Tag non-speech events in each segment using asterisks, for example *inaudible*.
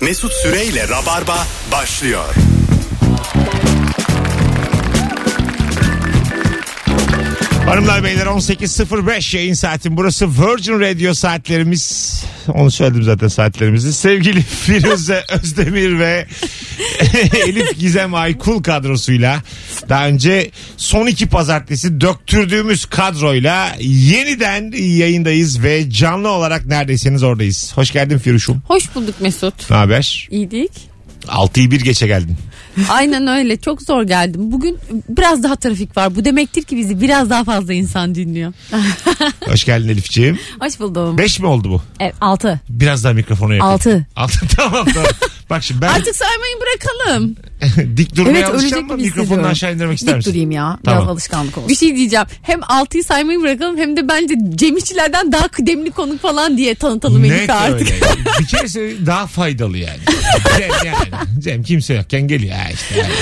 Mesut Süreyle Rabarba başlıyor. Hanımlar beyler 18.05 yayın saatim. Burası Virgin Radio saatlerimiz. Onu söyledim zaten saatlerimizi. Sevgili *laughs* Firuze Özdemir ve *laughs* Elif Gizem Aykul kadrosuyla daha önce son iki pazartesi döktürdüğümüz kadroyla yeniden yayındayız ve canlı olarak neredeyseniz oradayız. Hoş geldin Firuş'um. Hoş bulduk Mesut. Ne haber? İyiydik. 6'yı bir geçe geldin. Aynen öyle. Çok zor geldim. Bugün biraz daha trafik var. Bu demektir ki bizi biraz daha fazla insan dinliyor. Hoş geldin Elif'ciğim. Hoş buldum. 5 mi oldu bu? Evet, altı. Biraz daha mikrofonu yakın. Altı. 6 *laughs* tamam tamam. Bak şimdi ben... Artık saymayı bırakalım. *laughs* Dik durmaya Evet, alışacağım ölecek mı? gibi Mikrofonunu hissediyorum. aşağı indirmek ister Dik misin? durayım ya. Tamam. Biraz alışkanlık olsun. Bir şey diyeceğim. Hem altıyı saymayı bırakalım hem de bence Cem İşçilerden daha kıdemli konuk falan diye tanıtalım Net Elif'i artık. öyle. Bir kere söyleyeyim, daha faydalı yani. Cem yani. Cem kimse yokken geliyor. Ha işte. yani.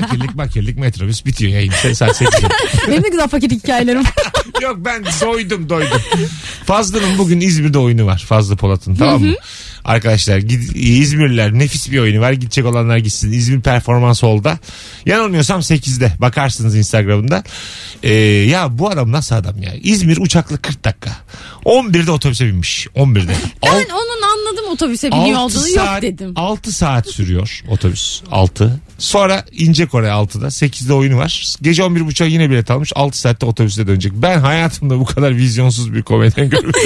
*laughs* fakirlik makirlik metrobüs bitiyor yayın. Sen saat sekiz. Benim de güzel fakir hikayelerim var. Yok ben doydum doydum. Fazlı'nın bugün İzmir'de oyunu var. Fazlı Polat'ın tamam mı? Arkadaşlar gid- İzmirliler nefis bir oyunu var. Gidecek olanlar gitsin. İzmir Performans Hall'da. Yanılmıyorsam 8'de. Bakarsınız Instagram'da. Ee, ya bu adam nasıl adam ya? İzmir uçakla 40 dakika. 11'de otobüse binmiş. 11'de. Al- *laughs* Ben onun anladım otobüse biniyor altı olduğunu yok saat, dedim. 6 saat sürüyor otobüs. 6. Sonra inecek oraya 6'da. 8'de oyunu var. Gece 11.30'a yine bilet almış. 6 saatte otobüste dönecek. Ben hayatımda bu kadar vizyonsuz bir komedyen görmedim.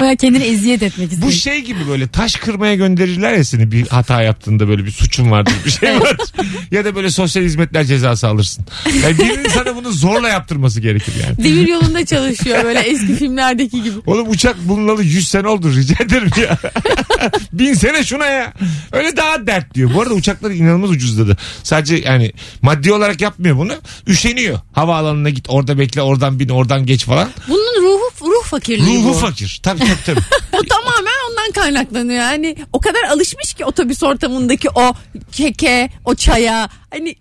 Baya kendini eziyet etmek istedim. *laughs* bu şey gibi böyle taş kırmaya gönderirler ya seni bir hata yaptığında böyle bir suçun vardır bir şey *laughs* var. ya da böyle sosyal hizmetler cezası alırsın. Yani birinin sana bunu zorla yaptırması gerekir yani. Demir yolunda çalışıyor böyle eski filmlerdeki gibi. Oğlum uçak bulunalı 100 sene oldu rica ederim ya. *laughs* Bin sene şuna ya. Öyle daha dert diyor. Bu arada uçaklar inanılmaz ucuzladı. Sadece yani maddi olarak yapmıyor bunu. Üşeniyor. Havaalanına git orada bekle oradan bin oradan geç falan. Bunun ruhu ruh fakirliği Ruhu bu. fakir. Tabii tabii tabii. O tamamen ondan kaynaklanıyor. Yani o kadar alışmış ki otobüs ortamındaki o keke, o çaya. Hani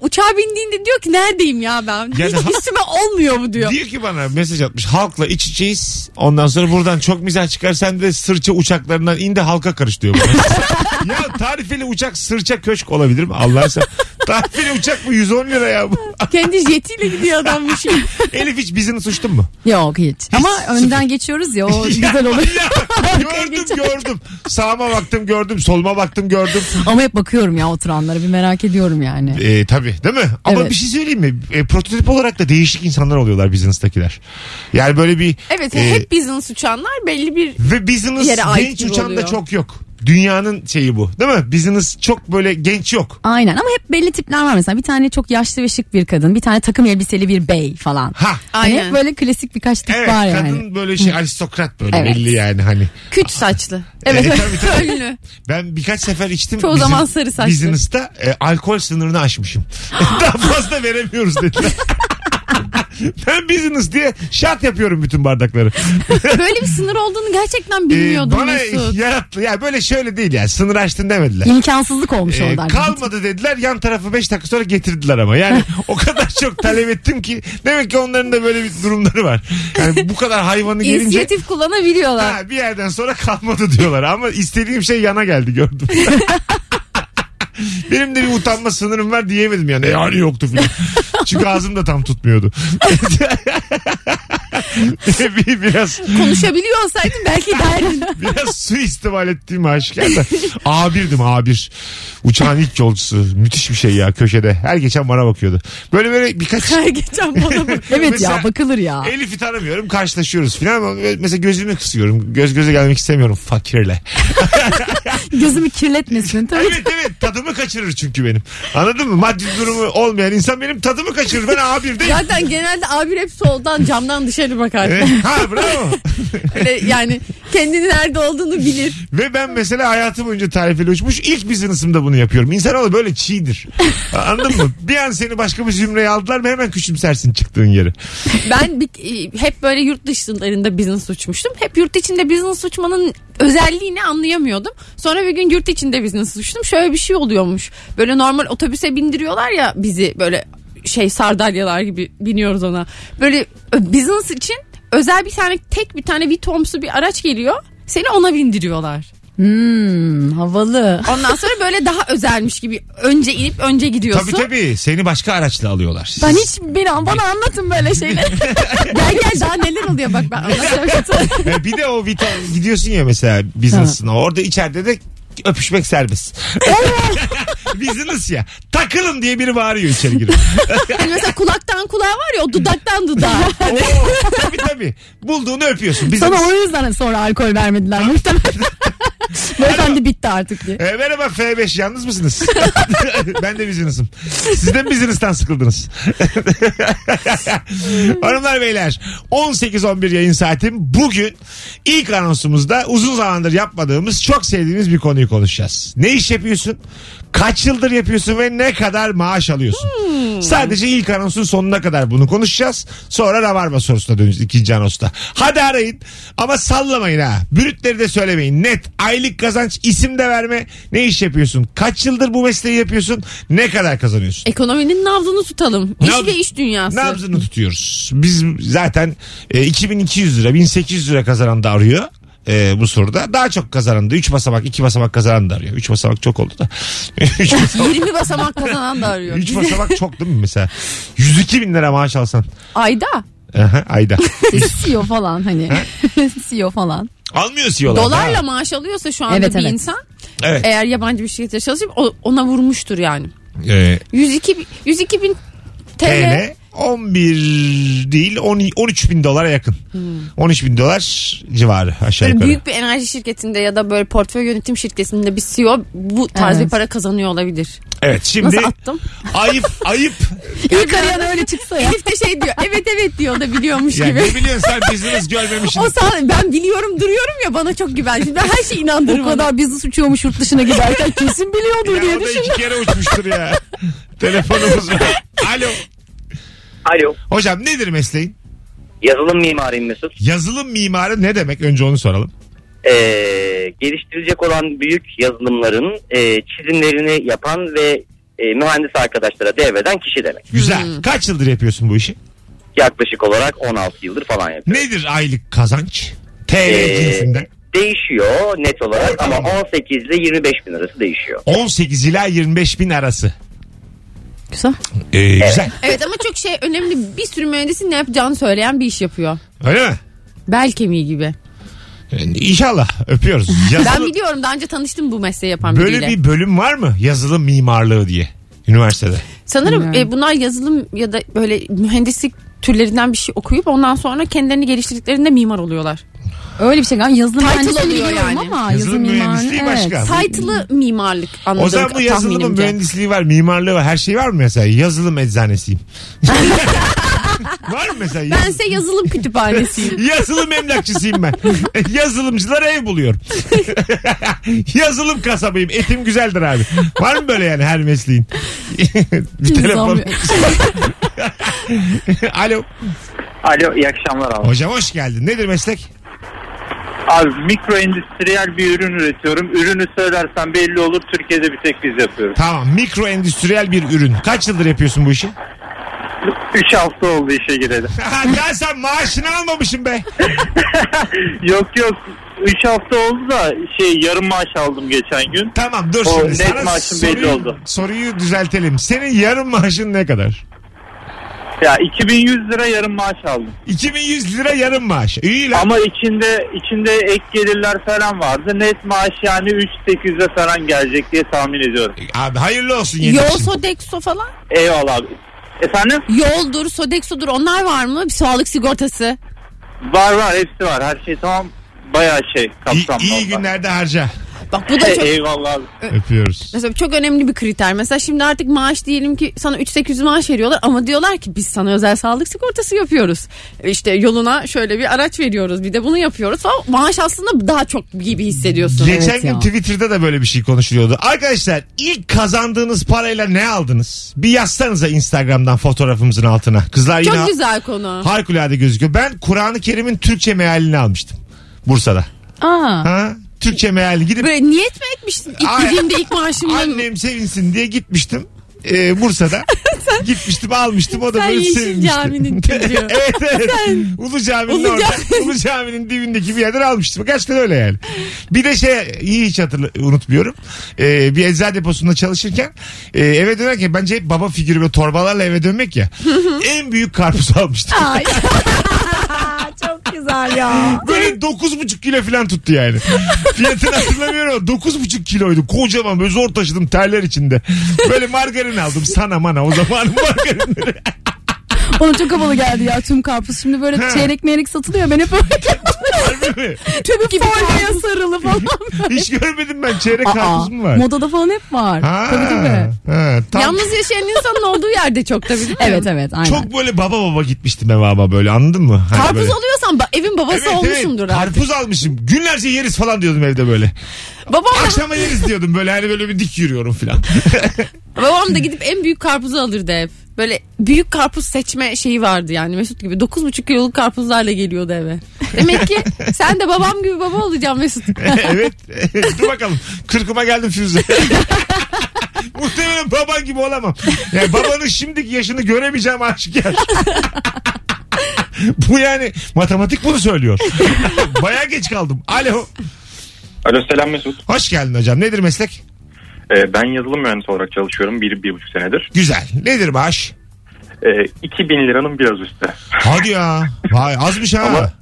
uçağa bindiğinde diyor ki neredeyim ya ben? Yani ha- Hiç üstüme olmuyor bu diyor. diyor ki bana mesaj atmış. Halkla iç içeyiz. Ondan sonra buradan çok mizah çıkar. Sen de sırça uçaklarından in de halka karış diyor bana. *laughs* ya tarifeli uçak sırça köşk olabilir mi? Allah'a sen. *laughs* Tarifeli uçak mı? 110 lira ya bu. Kendi jetiyle gidiyor adam bir şey. Elif hiç bizini suçtun mu? *laughs* Yok hiç. Ama önden geçiyoruz *laughs* ya o güzel olur. *laughs* *laughs* Ya, gördüm gördüm. Sağıma baktım gördüm. Soluma baktım gördüm. Ama hep bakıyorum ya oturanlara bir merak ediyorum yani. Ee, tabii değil mi? Ama Evet. bir şey söyleyeyim mi? Ee, prototip olarak da değişik insanlar oluyorlar business'takiler. Yani böyle bir... Evet e, Ee, hep business uçanlar belli bir Ve business yere ait genç gibi uçan da oluyor. çok yok. Dünyanın şeyi bu. Değil mi? Business çok böyle genç yok. Aynen ama hep belli tipler var mesela bir tane çok yaşlı ve şık bir kadın bir tane takım elbiseli bir bey falan. Ha. Hani Aynen. hep böyle klasik birkaç tip Evet var yani. *laughs* kadın böyle şey aristokrat böyle Evet. belli yani hani. küt saçlı. Evet, Evet. tabii, *laughs* tabii. Önlü. Ben birkaç sefer içtim. Çoğu zaman sarı saçlı. Business'ta e, alkol sınırını *gasps* aşmışım. *laughs* Daha fazla veremiyoruz dediler. *laughs* ben business diye şat yapıyorum bütün bardakları. Böyle bir sınır olduğunu gerçekten Ee, bilmiyordum bana *laughs* Mesut. yarattı. Ya böyle şöyle değil ya. Sınır açtın demediler. İmkansızlık olmuş hani. Ee, oradan. kalmadı dediler. Yan tarafı 5 dakika sonra getirdiler ama. *laughs* Yani o kadar çok talep ettim ki demek ki onların da böyle bir durumları var. Yani bu kadar hayvanı gelince İnisiyatif kullanabiliyorlar. Ha, bir yerden sonra kalmadı diyorlar ama istediğim şey yana geldi gördüm. Benim de bir utanma sınırım var diyemedim yani. E, Yani yoktu filan. Çünkü ağzım da tam tutmuyordu. *laughs* bir, biraz Konuşabiliyor olsaydın *laughs* belki derdin. biraz suistimal ettiğim aşikar da. A1'dim A1. Uçağın ilk yolcusu. Müthiş bir şey ya köşede. Her geçen bana bakıyordu. Böyle böyle birkaç Her geçen bana bak. Evet Mesela- ya bakılır ya. Elif'i tanımıyorum karşılaşıyoruz filan ama mesela gözümü kısıyorum. Göz göze gelmek istemiyorum fakirle. Gözümü kirletmesin tabii. Evet evet tadımı kaçırır çünkü benim. Anladın mı? Maddi durumu olmayan insan benim tadımı kaçırır. Ben A1'deyim. Zaten genelde abi hep soldan camdan dışarı bakar. Evet. ha bravo. Öyle yani kendini nerede olduğunu bilir. Ve ben mesela hayatım boyunca tarifeli uçmuş ilk business'ımda bunu yapıyorum. İnsanoğlu böyle çiğdir. Anladın mı? Bir an seni başka bir zümreye aldılar mı hemen küçümsersin çıktığın yeri. Ben bir- e, hep böyle yurt dışlarında business uçmuştum. Hep yurt içinde business uçmanın özelliğini anlayamıyordum. Sonra bir gün yurt içinde business uçtum. Şöyle bir şey oluyormuş. Böyle normal otobüse bindiriyorlar ya bizi böyle şey sardalyalar gibi biniyoruz ona. Böyle e, business için özel bir tane tek bir tane Vitoms'u bir araç geliyor. Seni ona bindiriyorlar. Hmm, havalı. Ondan sonra böyle daha özelmiş gibi önce inip önce gidiyorsun. Tabii tabii seni başka araçla alıyorlar. Ben hiç bir an bana anlatın *laughs* böyle şeyleri. Gel gel daha neler oluyor bak *laughs* ben anlatacağım. Ya bir de o vita gidiyorsun ya mesela business'ına orada içeride de öpüşmek serbest. *laughs* Business ya. Takılın diye biri bağırıyor içeri girip. hani mesela kulaktan kulağa var ya o dudaktan dudağa. Oo, tabii tabii. Bulduğunu öpüyorsun. Business. *laughs* Sana o yüzden sonra alkol vermediler *laughs* muhtemelen. Beyefendi bitti artık diye. E, merhaba F5 yalnız mısınız? *laughs* ben de business'ım. Siz de mi business'tan sıkıldınız? *laughs* Hanımlar beyler 18-11 yayın saatim. Bugün ilk anonsumuzda uzun zamandır yapmadığımız çok sevdiğimiz bir konuyu konuşacağız. Ne iş yapıyorsun? Kaç yıldır yapıyorsun ve ne kadar maaş alıyorsun? Sadece ilk anonsun sonuna kadar bunu konuşacağız. Sonra rabarba sorusuna döneceğiz ikinci anosta. Hadi arayın ama sallamayın ha. Brütleri de söylemeyin. Net aylık kazanç isim de verme. Ne iş yapıyorsun? Kaç yıldır bu mesleği yapıyorsun? Ne kadar kazanıyorsun? Ekonominin nabzını tutalım. İş Nabz- ve iş dünyası. Nabzını tutuyoruz. Biz zaten e, 2200 lira 1800 lira kazanan da arıyor. e, bu soruda daha çok kazanan da 3 basamak 2 basamak kazanan da arıyor. 3 basamak çok oldu da. *laughs* 3 basamak, 20 basamak kazanan da arıyor. üç Bize- basamak çok değil mi mesela? 102 bin lira maaş alsan. Ayda. Aha, *laughs* ayda. E CEO falan hani. CEO falan. Almıyor CEO'lar. Dolarla E, Ha. maaş alıyorsa şu anda Evet, bir evet. insan Evet. eğer yabancı bir şirkette çalışıp o- ona vurmuştur yani. Ee, 102 bin, 102 bin TL. TL 11 değil 10, 13 bin dolara yakın. 13 bin dolar civarı aşağı Hmm. Böyle yukarı. büyük bir enerji şirketinde ya da böyle portföy yönetim şirketinde bir CEO bu tarz Evet. bir para kazanıyor olabilir. Evet şimdi Nasıl attım? *laughs* ayıp ayıp. İlk arayan öyle çıksa ya. Elif de şey diyor evet evet diyor o da biliyormuş Yani gibi. ne biliyorsun sen business görmemişsin. O sahne *laughs* ben biliyorum duruyorum ya bana çok güven. *laughs* Şimdi ben her şeyi inandırırım. O kadar bizi uçuyormuş yurt dışına giderken kesin biliyordur Ya diye o da düşün. iki kere uçmuştur ya. Telefonumuz var. Alo. Alo. Hocam nedir mesleğin? Yazılım mimarıyım Mesut. Yazılım mimarı ne demek? Önce onu soralım. Ee, geliştirecek olan büyük yazılımların e, çizimlerini yapan ve e, mühendis arkadaşlara devreden kişi demek. Güzel. Kaç yıldır yapıyorsun bu işi? Yaklaşık olarak 16 yıldır falan yapıyor. Nedir aylık kazanç? TL Ee, cinsinden. değişiyor net olarak ama 18 ile 25 bin arası değişiyor. 18 ila 25 bin arası. Güzel. Ee, Güzel. Evet ama çok şey önemli bir sürü mühendisin ne yapacağını söyleyen bir iş yapıyor. Öyle mi? Bel kemiği gibi. Ee, İnşallah öpüyoruz. Ben Yazılım, biliyorum daha önce tanıştım bu mesleği yapan böyle biriyle. bir bölüm var mı? Yazılım mimarlığı diye. Üniversitede. Sanırım Bilmiyorum. e, bunlar yazılım ya da böyle mühendislik türlerinden bir şey okuyup ondan sonra kendilerini geliştirdiklerinde mimar oluyorlar. Öyle bir şey. Yani yazılım Title mühendisliğini oluyor biliyorum yani. ama Yazılım yazılım mimarı. mühendisliği başka. Title'ı mimarlık anladım O zaman bu yazılımın tahminimce. mühendisliği var, mimarlığı var, her şey var mı mesela? Yazılım *laughs* eczanesiyim. var mı mesela? Ben ise yazılım *laughs* kütüphanesiyim. Yazılım emlakçısıyım *laughs* ben. Yazılımcılara ev buluyorum. Yazılım kasabıyım. Etim güzeldir abi. Var mı böyle yani her mesleğin? *laughs* bir telefon. *laughs* Alo. Alo iyi akşamlar abi. Hocam hoş geldin. Nedir meslek? Abi mikro endüstriyel bir ürün üretiyorum. Ürünü söylersen belli olur Türkiye'de bir tek biz yapıyoruz. Tamam. Mikro endüstriyel bir ürün. Kaç yıldır yapıyorsun bu işi? *laughs* 3 hafta oldu işe gireli. ya sen maaşını almamışsın be. yok yok 3 hafta oldu da şey yarım maaş aldım geçen gün. Tamam dur O şimdi. net Sana maaşın belli soruyu- oldu. Soruyu düzeltelim. Senin yarım maaşın ne kadar? Ya 2100 lira yarım maaş aldım. 2100 lira yarım maaş. İyi lan. Ama içinde içinde ek gelirler falan vardı. Net maaş yani 3800'e falan gelecek diye tahmin ediyorum. Abi hayırlı olsun yeni Yol işin. *laughs* Sodexo falan. Eyvallah abi. Efendim? Yoldur, Sodexo'dur onlar var mı? Bir sağlık sigortası. Var var hepsi var. Her şey tamam. Bayağı şey İyi, kapsamlı. iyi oldu. günlerde harca. Bak bu E, da çok Eyvallah abi. Öpüyoruz. Mesela çok önemli bir kriter. Mesela şimdi artık maaş diyelim ki sana 3-800 maaş veriyorlar ama diyorlar ki biz sana özel sağlık sigortası yapıyoruz. İşte yoluna şöyle bir araç veriyoruz bir de bunu yapıyoruz falan. Maaş aslında daha çok gibi hissediyorsun. Geçen Evet gün ya. Twitter'da da böyle bir şey konuşuluyordu. Arkadaşlar ilk kazandığınız parayla ne aldınız? Bir yazsanıza Instagram'dan fotoğrafımızın altına. Kızlar Çok yine güzel konu. harikulade gözüküyor. Ben Kur'an-ı Kerim'in Türkçe mealini almıştım. Bursa'da. *laughs* Aa. Ha? Türkçe meali gidip Böyle niyet mi etmişsin? İlk Ay- dediğimde ilk maaşımdan annem sevinsin diye gitmiştim. Ee, Bursa'da Gitmiştim almıştım o da Sen böyle Yeşil sevinmişti. Cami'nin *laughs* çocuğu. evet evet. Ulu Cami'nin Ulu orada. Cami. Ulu Cami'nin dibindeki bir yerden almıştım. Kaç tane öyle yani. Bir de şey iyi hiç hatırla, unutmuyorum. Ee, bir eczacı deposunda çalışırken e, eve dönerken bence hep baba figürü ve torbalarla eve dönmek *laughs* ya. en büyük karpuz almıştım. *laughs* Ay. *laughs* Çok güzel ya. Böyle 9,5 kilo falan tuttu yani. Fiyatını hatırlamıyorum ama 9,5 kiloydu. Kocaman böyle zor taşıdım terler içinde. Böyle margarin aldım sana mana o zaman *laughs* margarinleri. Ona çok havalı geldi ya tüm karpuz. Şimdi böyle Ha. çeyrek meyrek satılıyor. Ben *laughs* hep böyle Harbi mi? tüp gibi folyoya *laughs* sarılı falan. Hiç görmedim ben çeyrek Aa, karpuz mu var? Modada falan hep var. Ha, Tabii tabii. ha, tam- Yalnız yaşayan insanın olduğu yerde çok tabii değil mi? Evet evet aynen. Çok böyle baba baba gitmiştim eve ama böyle anladın mı? Hani Karpuz böyle- alıyorsan ba- evin babası Evet, evet. olmuşumdur artık. Karpuz almışım. Günlerce yeriz falan diyordum evde böyle. Babam da, Akşama yeriz diyordum böyle hani böyle bir dik yürüyorum falan. *laughs* babam da gidip en büyük karpuzu alırdı hep. Böyle büyük karpuz seçme şeyi vardı yani Mesut gibi. 9,5 kiloluk karpuzlarla *laughs* geliyordu eve. Demek ki sen de babam gibi baba olacaksın Mesut. evet. *laughs* Dur bakalım. Kırkıma geldim Firuze. *laughs* Muhtemelen baban gibi olamam. Yani babanın şimdiki yaşını göremeyeceğim aşikar. *laughs* Bu yani matematik bunu söylüyor. *laughs* Baya geç kaldım. Alo. Alo selam Mesut. Hoş geldin hocam. Nedir meslek? Ee, ben yazılım mühendisi olarak çalışıyorum. Bir, bir buçuk senedir. Güzel. Nedir maaş? Ee, 2000 liranın biraz üstü. Hadi ya. Vay azmış ha. Ama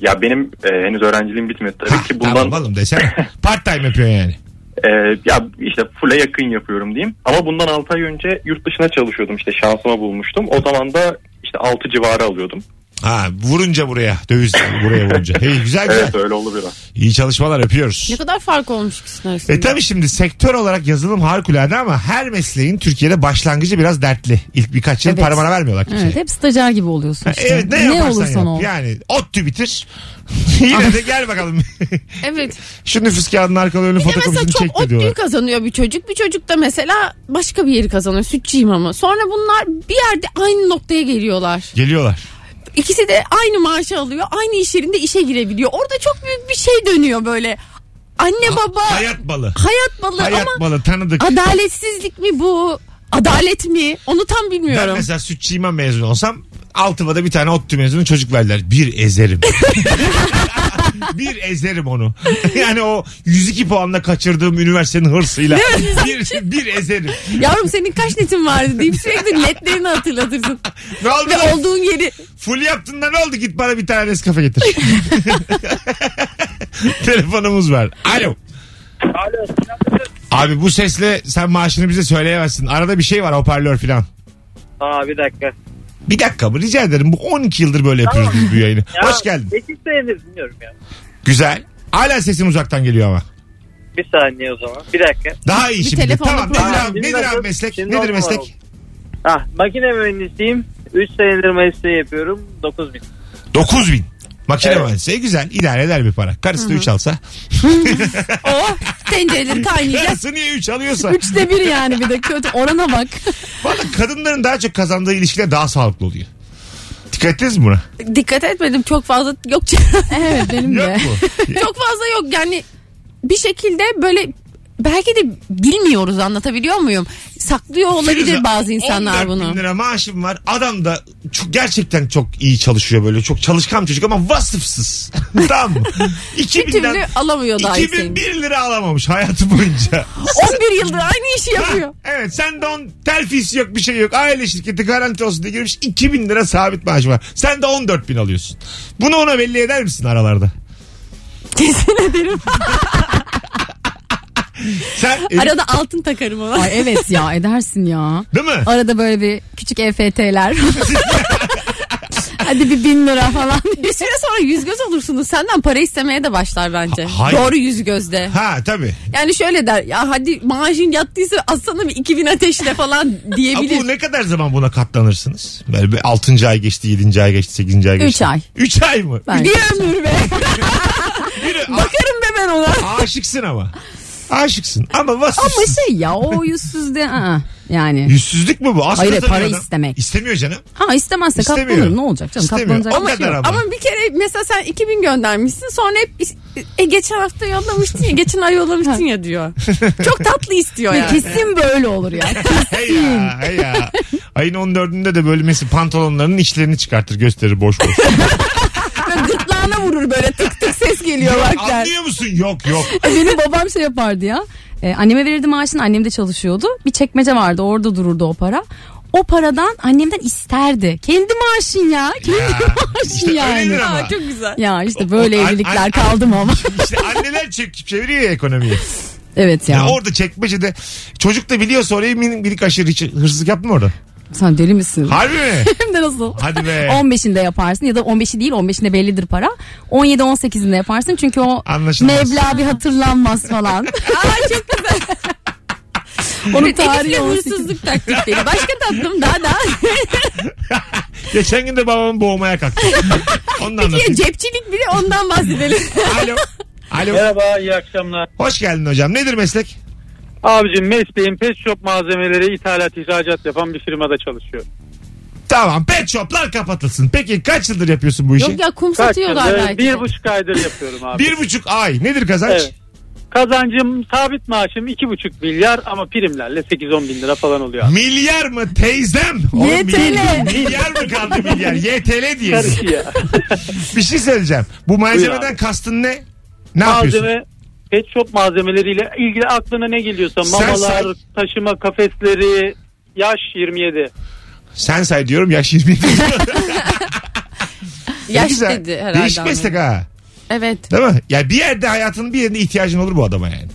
ya benim e, henüz öğrenciliğim bitmedi. Tabii ki bundan Tamam oğlum desene. Part time yapıyorsun yani. e, ya işte full'e yakın yapıyorum diyeyim. Ama bundan 6 ay önce yurt dışına çalışıyordum. işte şansıma bulmuştum. O zaman da işte 6 civarı alıyordum. Ha vurunca buraya. Döviz buraya vurunca. Hey, güzel güzel. Evet öyle oldu biraz. İyi çalışmalar öpüyoruz. ne kadar fark olmuş ikisinin arasında. E tabi şimdi sektör olarak yazılım harikulade ama her mesleğin Türkiye'de başlangıcı biraz dertli. İlk birkaç yıl Evet. para bana vermiyorlar kimseye. Evet, hep stajyer gibi oluyorsun işte. şey. Evet, ne, ne yaparsan olursan yap. ol. Yani ODTÜ bitir. *laughs* Yine de gel bakalım. *laughs* Evet. Şu nüfus kağıdının arkalı önlü Bir de mesela fotokopisini çok çekti otluyu diyorlar. kazanıyor bir çocuk. Bir çocuk da mesela başka bir yeri kazanıyor. Sütçüyüm ama. Sonra bunlar bir yerde aynı noktaya geliyorlar. Geliyorlar. İkisi de aynı maaşı alıyor. Aynı iş yerinde işe girebiliyor. Orada çok büyük bir şey dönüyor böyle. Anne baba hayat, Hayat balı. balı Hayat ama balı tanıdık. adaletsizlik mi bu? Adalet mi? Onu tam Ben bilmiyorum. mesela sütçü imam mezun olsam altıma da bir tane ODTÜ mezunu çocuk verdiler. Bir ezerim. bir ezerim onu. *laughs* Yani o 102 puanla kaçırdığım üniversitenin hırsıyla. *laughs* bir, bir ezerim. Yavrum senin kaç netin vardı deyip sürekli *laughs* netlerini hatırlatırsın. Ne oldu? Ve olduğun yeri Full yaptın da ne oldu? Git bana bir tane Nescafe getir. *laughs* Telefonumuz var. Alo. Alo. Abi bu sesle sen maaşını bize söyleyemezsin. Arada bir şey var hoparlör falan. Aa bir dakika. Bir dakika mı? Rica ederim. Bu 12 yıldır böyle yapıyoruz biz bu yayını. Hoş geldin. Eşit sayılır bilmiyorum ya. Güzel. Hala sesin uzaktan geliyor ama. Bir saniye o zaman. Bir dakika. Daha iyi Bir şimdi. Tamam. telefonla problem. Nedir abi, Şimdi nedir abi nasıl- meslek? şimdi Nedir nasıl meslek? var Ah makine mühendisiyim. 3 senedir mesleği yapıyorum. 9000. 9000. Makine Evet. mühendisi. Güzel. İdare eder bir para. Karısı da 3 alsa. o oh, tencereleri kaynayacak. Karısı niye 3 *laughs* alıyorsa? Üçte bir yani bir de kötü *laughs* orana bak. Valla kadınların daha çok kazandığı ilişkiler daha sağlıklı oluyor. Dikkat ettiniz mi buna? Dikkat etmedim çok fazla yok. *laughs* Evet benim Yok de. mu? *laughs* çok fazla yok yani bir şekilde böyle belki de bilmiyoruz anlatabiliyor muyum? Saklıyor olabilir Firuze, bazı insanlar 14 bunu. bin lira maaşım var. Adam da çok, gerçekten çok iyi çalışıyor böyle. Çok çalışkan çocuk ama vasıfsız. *laughs* tamam mı? Bir türlü 2000'den alamıyor daha yükseğini. 2001 lira alamamış hayatı boyunca. 11 yıldır aynı işi yapıyor. *laughs* evet sen de on terfisi yok bir şey yok. Aile şirketi garanti olsun diye girmiş 2000 lira sabit maaşı var. Sen de 14 bin alıyorsun. Bunu ona belli eder misin aralarda? Kesin ederim. *laughs* Sen e, Arada altın takarım ona. *laughs* Ay evet ya edersin ya. değil mi? Arada böyle bir küçük EFT'ler. Hadi bir bin lira falan. Bir süre sonra yüz göz olursunuz. Senden para istemeye de başlar bence. Ha- hayır. Doğru yüz gözde. Ha tabii. E, Yani şöyle der. Ya hadi maaşın yattıysa atsana bir 2000 ateşle falan *laughs* Ama bu diyebilir. ne kadar zaman buna katlanırsınız? Böyle bir 6. ay geçti, 7. ay geçti, 8. ay geçti. Üç ay. 3 ay mı? Bence. Bir ömür be. Bakarım be ben ona. Aşıksın ama. Aşıksın ama vasıfsın. Ama şey ya o yüzsüzde aa, yani. Yüzsüzlük mü bu? Az Hayır, kazanıyor para adam. istemek. İstemiyor canım. Ha istemezse İstemiyor. katlanır ne olacak canım İstemiyor. katlanacak O bir şey kadar yok. ama. Ama bir kere mesela sen 2000 göndermişsin sonra hep is- E geçen hafta yollamıştın ya. Geçen ay yollamıştın *laughs* ya diyor. Çok tatlı istiyor yani. Kesin böyle olur ya. Hey ya, hey ya. Ayın 14'ünde de bölmesi pantolonlarının içlerini çıkartır gösterir boş *laughs* boş. Böyle Gırtlağına vurur böyle tık tık ses geliyor bak der. Anlıyor musun? Yok yok. Ay, Benim babam şey yapardı ya. Ee, anneme verirdi maaşını annem de çalışıyordu. Bir çekmece vardı orada dururdu o para. O paradan annemden isterdi. Kendi maaşın ya. Kendi Ya, maaşın işte öyledir yani. ama. Aa, çok güzel. Ya işte O- böyle o- an- an- evlilikler kaldım ama. İşte anneler çekip çeviriyor ya ekonomiyi. evet ya. Yani orada çekmecede çocuk da biliyorsa orayı min, birik aşırı hiç hırsızlık yapma orada. Sen deli misin? Harbi mi? Hem de nasıl? Hadi be. 15'inde yaparsın ya da 15'i değil 15'inde bellidir para. 17-18'inde yaparsın çünkü o Anlaşılmaz. meblağ bir hatırlanmaz falan. Aa çok güzel. Onun Elif'le tarihi 18. hırsızlık *laughs* taktikleri. Başka tatlım daha daha. Geçen gün de babamı boğmaya kalktı. Onu da Ya anlatayım. cepçilik bile *laughs* ondan bahsedelim. Alo. Alo. Merhaba iyi akşamlar. Hoş geldin hocam. Nedir meslek? Abicim mesleğim pet shop malzemeleri ithalat ihracat yapan bir firmada çalışıyor. Tamam pet shoplar kapatılsın. Peki kaç yıldır yapıyorsun bu işi? Yok ya kum Ee, satıyorlar belki. Bir buçuk aydır yapıyorum abi. Bir buçuk ay. Nedir kazanç? Evet. Kazancım sabit maaşım iki buçuk milyar ama primlerle 8-10 bin lira falan oluyor. abi. Milyar mı teyzem? Oğlum, YTL. Milyar, milyar mı kaldı milyar? YTL diye. Karışıyor. Bir şey söyleyeceğim. Bu Buyur malzemeden abi. kastın ne? Ne yapıyorsun? Malzeme pet shop malzemeleriyle ilgili aklına ne geliyorsa Sen mamalar, say. taşıma kafesleri, yaş 27. Sen say diyorum yaş 20. Yaş dedi herhalde. Değişik adam. meslek ha. Evet. Değil mi? Ya bir yerde hayatının bir yerinde ihtiyacın olur bu adama yani.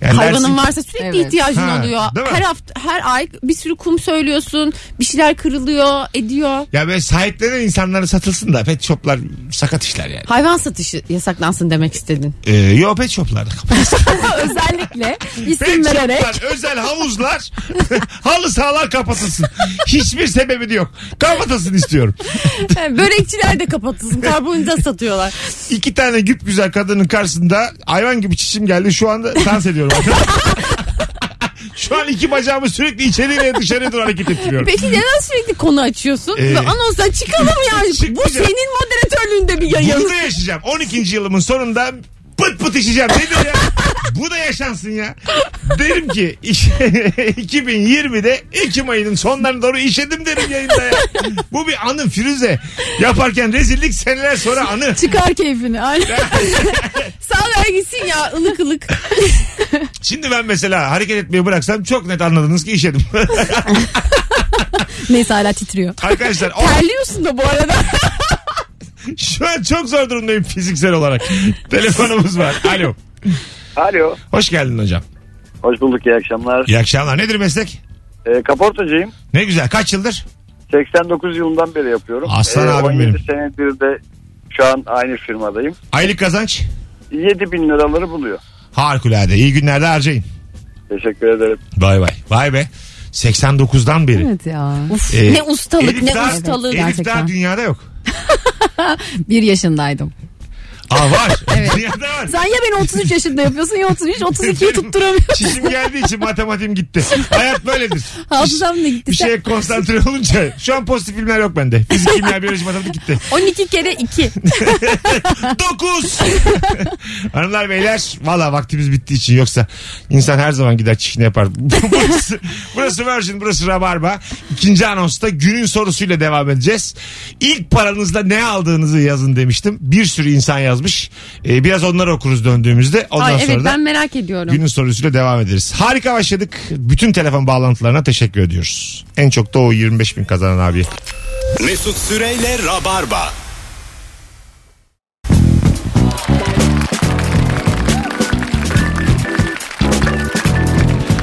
yani dersin- Hayvanın varsa sürekli Evet. ihtiyacın Ha, oluyor. değil mi? Her hafta her ay bir sürü kum söylüyorsun. Bir şeyler kırılıyor, ediyor. Ya böyle sahiplenen insanlara satılsın da pet shoplar sakat işler yani. Hayvan satışı yasaklansın demek istedin. Ee, yo pet shoplarda *laughs* kapatılsın. *laughs* Özellikle isim Pet vererek shoplar, özel havuzlar, *laughs* halı sahalar kapatılsın. Hiçbir sebebi de yok. Kapatılsın istiyorum. Börekçiler de *laughs* kapatılsın. Karbonhidrat satıyorlar. İki tane güp güzel kadının karşısında hayvan gibi çişim geldi. Şu anda dans ediyorum. *laughs* Şu an iki bacağımı sürekli içeriye dışarıya doğru hareket ettiriyorum. Peki neden sürekli konu açıyorsun? Ee, Ve anonsdan çıkalım *laughs* yani. Bu çıkmayacağım. senin moderatörlüğünde bir yayın. Burada yaşayacağım. 12. yılımın sonunda pıt pıt işeceğim. Nedir ya? Bu da yaşansın ya. Derim ki *laughs* iş- 2020'de Ekim ayının sonlarına doğru işedim derim yayında ya. Bu bir anı Firuze. Yaparken rezillik seneler sonra anı. çıkar keyfini. Aynen. Sağ ver gitsin ya ılık ılık. Şimdi ben mesela hareket etmeyi bıraksam çok net anladınız ki işedim. *laughs* *laughs* Neyse hala titriyor. Arkadaşlar o- Terliyorsun da bu arada. şu an çok zor durumdayım fiziksel *laughs* olarak. Telefonumuz var. Alo. Alo. Hoş geldin hocam. Hoş bulduk iyi akşamlar. İyi akşamlar. Nedir meslek? Ee, kaportacıyım. Ne güzel. Kaç yıldır? 89 yılından beri yapıyorum. Aslan abim 17 benim. senedir de şu an aynı firmadayım. Aylık kazanç? 7 bin liraları buluyor. Harikulade. İyi günlerde harcayın. Teşekkür ederim. Bay bay. Vay be. 89'dan beri. Evet ya. Uf, Ee, ne ustalık Elif ne daha, ustalık. Elif gerçekten. daha dünyada yok. Bir yaşındaydım. Aa *laughs* var. Dünyada var. Sen ya beni 33 yaşında yapıyorsun ya *laughs* 33, 32'yi tutturamıyorum. Çişim geldiği için matematiğim gitti. Hayat böyledir. Hafızam da gitti. şey- Bir şeye konsantre olunca şu an pozitif filmler yok bende. Fizik, kimya, biyoloji, matematik gitti. 12 kere 2. 9. *laughs* Hanımlar beyler valla vaktimiz bittiği için yoksa insan her zaman gider çişini yapar. *laughs* burası, burası Virgin burası Rabarba. İkinci anonsta günün sorusuyla devam edeceğiz. İlk paranızla ne aldığınızı yazın demiştim. Bir sürü insan yazmış. Ee, biraz onları okuruz döndüğümüzde. Ondan Ay evet sonra da ben merak ediyorum. günün sorusuyla devam ederiz. Harika başladık. Bütün telefon bağlantılarına teşekkür ediyoruz. En çok da o 25 bin kazanan abi. Mesut Süreyle Rabarba.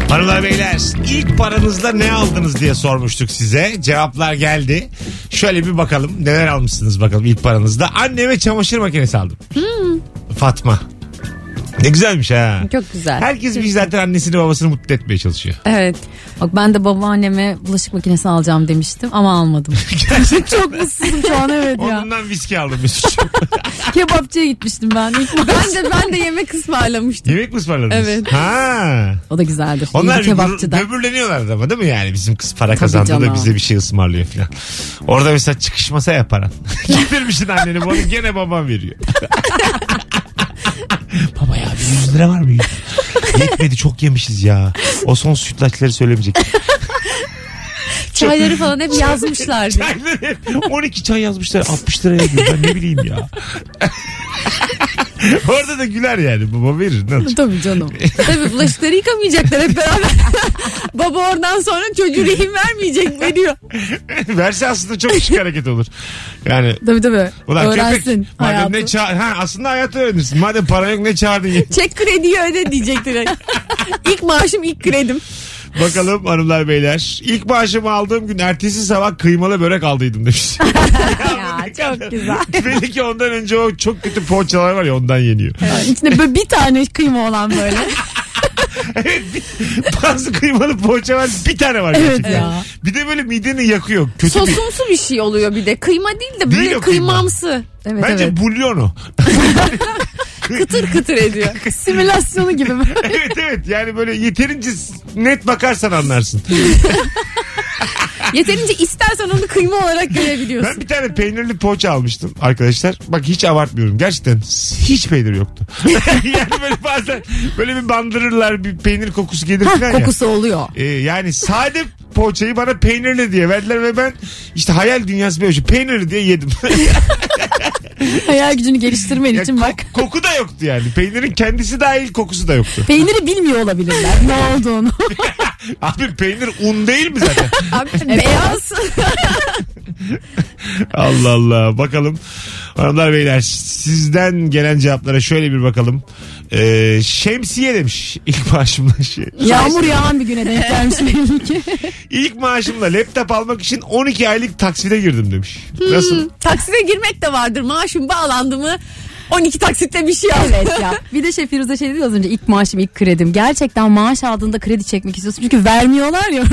Hanımlar beyler ilk paranızla ne aldınız diye sormuştuk size. Cevaplar geldi. Şöyle bir bakalım neler almışsınız bakalım ilk paranızda. Anneme çamaşır makinesi aldım. Fatma. Ne güzelmiş ha. Çok güzel. Herkes bir zaten annesini babasını mutlu etmeye çalışıyor. Evet. Bak ben de babaanneme bulaşık makinesi alacağım demiştim ama *laughs* almadım. *laughs* Çok mutsuzum şu an evet ya. Onundan viski aldım Mesut'cum. Kebapçıya gitmiştim *laughs* ben. İlk bu- Ben de ben de yemek ısmarlamıştım. Yemek mi ısmarladınız? Evet. Ha. O da güzeldir. Onlar İyi bir kebapçıda. gurur- böbürleniyorlardı ama değil mi yani bizim kız para kazandı da canım. bize bir şey ısmarlıyor falan. Orada mesela çıkışmasa yaparan. Getirmişsin anneni bunu gene babam veriyor. Baba ya bir 100 lira var mı? Yetmedi çok yemişiz ya. O son sütlaçları söylemeyecek. Çayları *laughs* falan hep yazmışlar. diye. Aynen hep 12 çay yazmışlar 60 liraya diyor. Ben ne bileyim ya. Orada da güler yani. Baba verir. Ne olacak? Tabii canım. *laughs* Tabii bulaşıkları yıkamayacaklar hep beraber. Baba oradan sonra çocuğu rehin vermeyecek veriyor. Verse aslında çok şık hareket olur. Yani Tabii tabii. ulan Öğrensin köpek. Madem hayatı. ne ça- ha, aslında hayatı öğrenirsin. Madem para yok ne çağırdın ya? *laughs* Çek krediyi öde diyecek direkt. ilk maaşım ilk kredim. Bakalım hanımlar beyler. İlk maaşımı aldığım gün ertesi sabah kıymalı börek aldıydım demiş. *laughs* *laughs* Ya, çok güzel. Belli ki ondan önce o çok kötü poğaçalar var ya ondan yeniyor. İçinde böyle bir tane kıyma olan böyle. Bazı kıymalı poğaça var bir tane var Evet gerçekten. ya. Bir de böyle mideni yakıyor. Kötü bir... Sosumsu bir şey oluyor bir de. Kıyma değil de Değil böyle o kıyma. kıymamsı. Evet Bence evet. bulyon o. Kıtır kıtır ediyor. Simülasyonu *laughs* gibi. böyle. *laughs* evet evet yani böyle yeterince net bakarsan anlarsın. Yeterince istersen onu kıyma olarak görebiliyorsun. *laughs* Ben bir tane peynirli poğaça almıştım arkadaşlar. Bak hiç abartmıyorum. Gerçekten hiç peynir yoktu. *laughs* yani böyle bazen böyle bir bandırırlar bir peynir kokusu gelir Hah, falan ya. kokusu oluyor. Ee, yani sade poğaçayı bana peynirli diye verdiler ve ben işte hayal dünyası böyle şey, peynirli diye yedim. *laughs* Hayal gücünü geliştirmen Ya için ko- bak. koku da yoktu yani. Peynirin kendisi dahil kokusu da *laughs* yoktu. Peyniri bilmiyor olabilirler. ne *laughs* olduğunu. Abi peynir un değil mi zaten? Abi, beyaz. Allah Allah bakalım. Hanımlar beyler sizden gelen cevaplara şöyle bir bakalım. Ee, şemsiye demiş ilk maaşımla şey. Yağmur yağan bir güne denk gelmiş *laughs* belli ki. İlk maaşımla laptop almak için 12 aylık takside girdim demiş. Hmm. Nasıl? Takside girmek de vardır. Maaşım bağlandı mı 12 taksitle bir şey al. evet ya. Bir de şey Firuze şey dedi az önce ilk maaşım ilk kredim. Gerçekten maaş aldığında kredi çekmek istiyorsun. Çünkü vermiyorlar ya.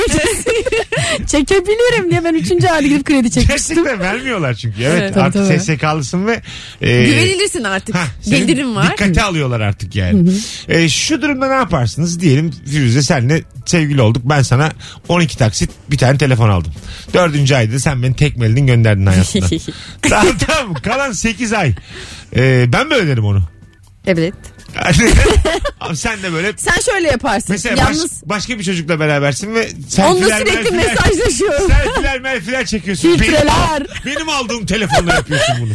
*laughs* Çekebilirim diye ben üçüncü ayda gidip kredi çekmiştim. Gerçekten vermiyorlar çünkü. Evet, Evet, tabii, artık tabii. SSK'lısın ve... e, Güvenilirsin artık. Hah, senin Gelirim var. Dikkate alıyorlar artık yani. E, şu durumda ne yaparsınız? Diyelim Firuze senle sevgili olduk. Ben sana 12 taksit bir tane telefon aldım. Dördüncü ayda sen beni tekmeledin gönderdin hayatından. tamam tamam kalan 8 ay. E, ben mi öderim onu? *laughs* Evet. Abi sen de böyle Sen şöyle yaparsın. mesela baş- Yalnız başka bir çocukla berabersin ve onunla selfiler, sürekli melfiler- mesajlaşıyorum. Selfiler merfiler çekiyorsun. Benim, Filtreler. benim aldığım telefonla yapıyorsun bunu.